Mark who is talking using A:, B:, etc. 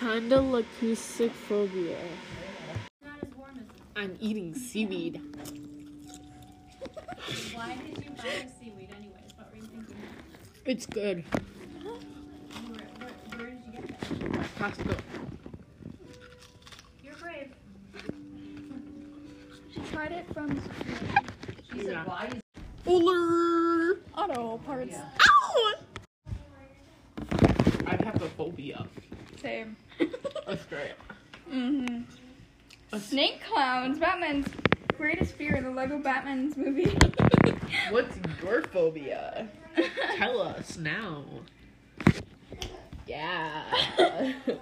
A: Kinda leucistic phobia.
B: not as warm as.
A: I'm eating seaweed.
B: Why did you buy the seaweed anyways? What were you thinking?
A: It's good.
B: Where, where, where did you get that?
A: Costco.
B: You're brave.
C: She tried it from
D: She said,
A: Yeah.
D: why is
A: Uller.
C: auto parts.
A: Ow! I have a phobia
C: Same.
A: of straight.
C: hmm Snake clowns. Batman's greatest fear. The Lego Batman's movie.
A: What's your phobia? Tell us now. Yeah.